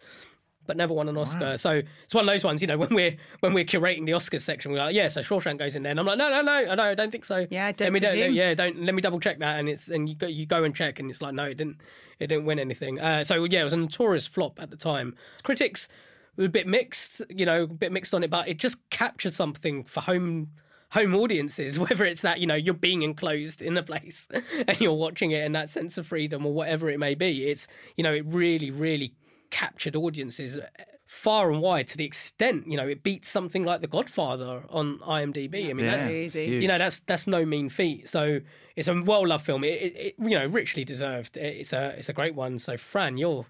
E: but never won an Oscar. So it's one of those ones. You know, when we're when we're curating the Oscars section, we're like, yeah, so Shawshank goes in there, and I'm like, no, no, no, no, I don't think so.
A: Yeah, don't
E: let me do-
A: presume.
E: yeah, don't let me double check that. And it's and you go you go and check, and it's like, no, it didn't it didn't win anything. Uh, so yeah, it was a notorious flop at the time. Critics were a bit mixed, you know, a bit mixed on it, but it just captured something for home home audiences whether it's that you know you're being enclosed in a place and you're watching it and that sense of freedom or whatever it may be it's you know it really really captured audiences uh, far and wide to the extent you know it beats something like the godfather on imdb i mean
B: yeah,
E: that's
B: it's
A: easy.
B: huge.
E: you know that's that's no mean feat. So it's a well loved film. It, it, it you know richly deserved. It- it's a it's a great one. So Fran, you're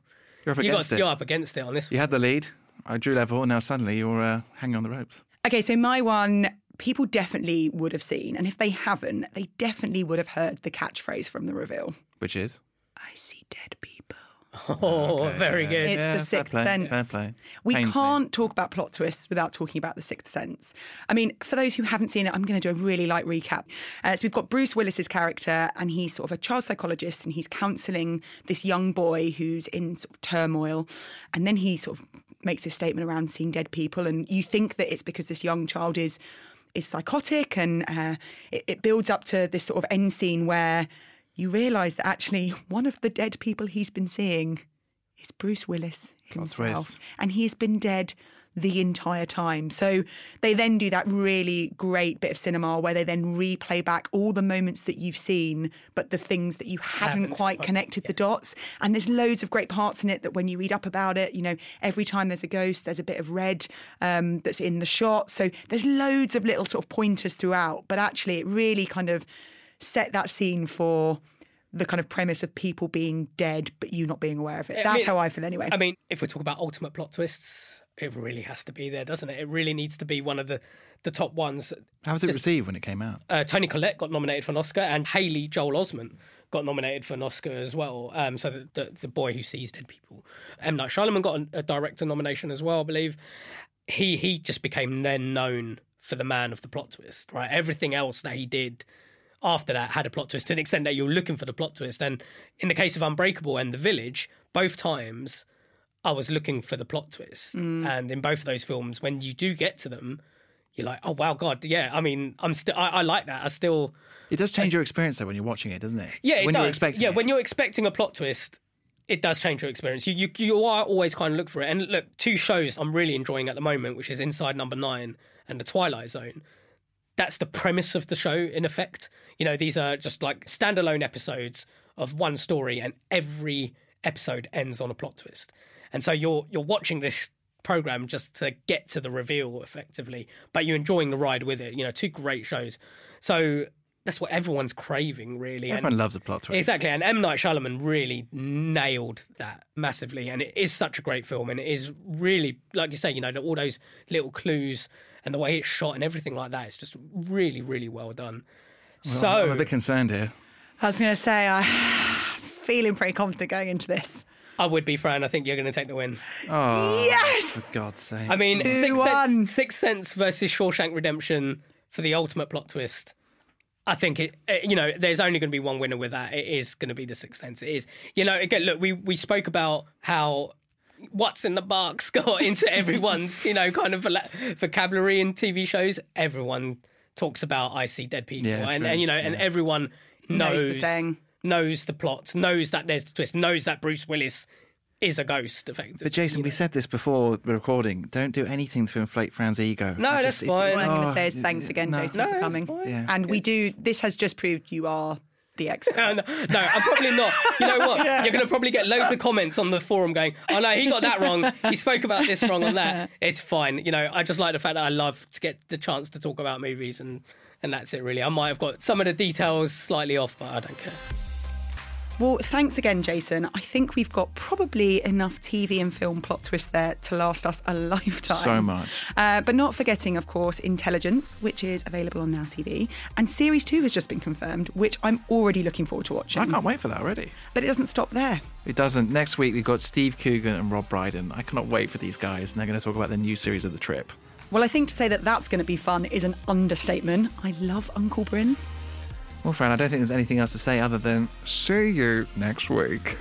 B: You're up
E: you
B: against
E: got,
B: it.
E: you're up against it on this.
B: You had the lead. I drew level, and now suddenly you're uh, hanging on the ropes.
A: Okay, so my one, people definitely would have seen, and if they haven't, they definitely would have heard the catchphrase from the reveal.
B: Which is?
A: I see dead people.
E: one. Oh, very good.
A: It's the
B: fair
A: sixth
B: play,
A: sense.
B: Fair play.
A: We
B: Pains me.
A: can't talk about plot twists without talking about The Sixth Sense. I mean, for those who haven't seen it, I'm going to do a really light recap. Uh, so we've got Bruce Willis's character, and he's sort of a child psychologist, and he's counselling this young boy who's in sort of turmoil, and then he sort of makes this statement around seeing dead people, and you think that it's because this young child is is psychotic, and uh, it, it builds up to this sort of end scene where you realise that actually one of the dead people he's been seeing is Bruce Willis
B: twist.
A: himself and he has been dead the entire time. So they then do that really great bit of cinema where they then replay back all the moments that you've seen, but the things that you hadn't
E: Haven't
A: quite
E: spoke-
A: connected the dots. And there's loads of great parts in it that when you read up about it, you know, every time there's a ghost, there's a bit of red um, that's in the shot. So there's loads of little sort of pointers throughout. But actually, it really kind of set that scene for the kind of premise of people being dead, but you not being aware of it.
E: I
A: That's
E: mean-
A: how I feel anyway.
E: I mean, if we talk about ultimate plot twists, it really has to be there, doesn't it? It really needs to be one of the the top ones.
B: How was it received when it came out?
E: Uh, Tony Collette got nominated for an Oscar, and Haley Joel Osment got nominated for an Oscar as well. Um, so the, the the boy who sees dead people, M Night Shyamalan got a, a director nomination as well, I believe. He he just became then known for the man of the plot twist, right? Everything else that he did after that had a plot twist to an extent that you're looking for the plot twist. And in the case of Unbreakable and The Village, both times I was looking for the plot twist. And in both of those films, when you do get to them, you're like, oh wow, God, yeah. I mean, I'm still, I, I like that. I still,
B: It does change your experience though when you're watching it, doesn't it?
E: yeah, it
B: when
E: does.
B: you're expecting
E: yeah,
B: it.
E: when you're expecting a plot twist, it does change your experience. You, you you are always kind of look for it. And look, two shows I'm really enjoying at the moment, which is Inside Number Nine and The Twilight Zone. That's the premise of the show, in effect. You know, these are just like standalone episodes of one story, and every episode ends on a plot twist. And so you're you're watching this program just to get to the reveal, effectively, but you're enjoying the ride with it. You know, two great shows. So that's what everyone's craving, really. And-
B: Everyone loves a plot twist.
E: Exactly, and M Night Shyamalan really nailed that massively, and it is such a great film, and it is really, like you say, you know, all those little clues and the way it's shot and everything like that. It's just really, really well done. so
B: I'm a bit concerned here.
A: I was going to say, I'm feeling pretty confident going into this.
E: I would be Fran. I think you're going to take the win.
B: Oh,
A: Yes!
B: for God's sake!
E: I mean, Sixth
A: one.
E: Sense, Sixth Sense versus Shawshank Redemption for the ultimate plot twist. I think it, it- you know, there's only going to be one winner with that. It is going to be the Sixth Sense. It is, you know, again, look, we we spoke about how what's in the box got into everyone's, you know, kind of vola- vocabulary in TV shows. Everyone talks about I see dead people,
B: Yeah,
E: and,
B: true.
E: and you know, and everyone
A: Knows
E: knows,
A: the saying.
E: knows the plot, knows that there's the twist, knows that Bruce Willis is a ghost, effectively.
B: but Jason,
E: you
B: we
E: know.
B: said this before the recording. Don't do anything to inflate Fran's ego.
E: No,
B: I
E: that's fine.
A: All I'm going
B: oh,
A: to say is thanks again,
B: no.
A: Jason,
E: No,
A: for
E: it's
A: coming.
E: fine.
B: Yeah.
A: And we do, this has just proved you are the expert.
E: No, no, no, I'm probably not. You know what? You're going to probably get loads of comments on the forum going, oh no, he got that wrong. He spoke about this wrong on that. It's fine. You know, I just like the fact that I love to get the chance to talk about movies and, and that's it really. I might have got some of the details slightly off, but I don't care.
A: Well, thanks again, Jason. I think we've got probably enough TV and film plot twists there to last us a lifetime.
B: So much.
A: Uh, but not forgetting, of course, Intelligence, which is available on Now TV. And Series 2 has just been confirmed, which I'm already looking forward to
B: I
A: watching.
B: can't wait for that already.
A: But it doesn't stop there.
B: It doesn't. Next week we've got Steve Coogan and Rob Brydon. I cannot wait for these guys, and they're going to talk about the new series of The Trip.
A: Well, I think to say that that's going to be fun is an understatement. I love Uncle Bryn.
B: Well, Fran, I don't think there's anything else to say other than see you next week.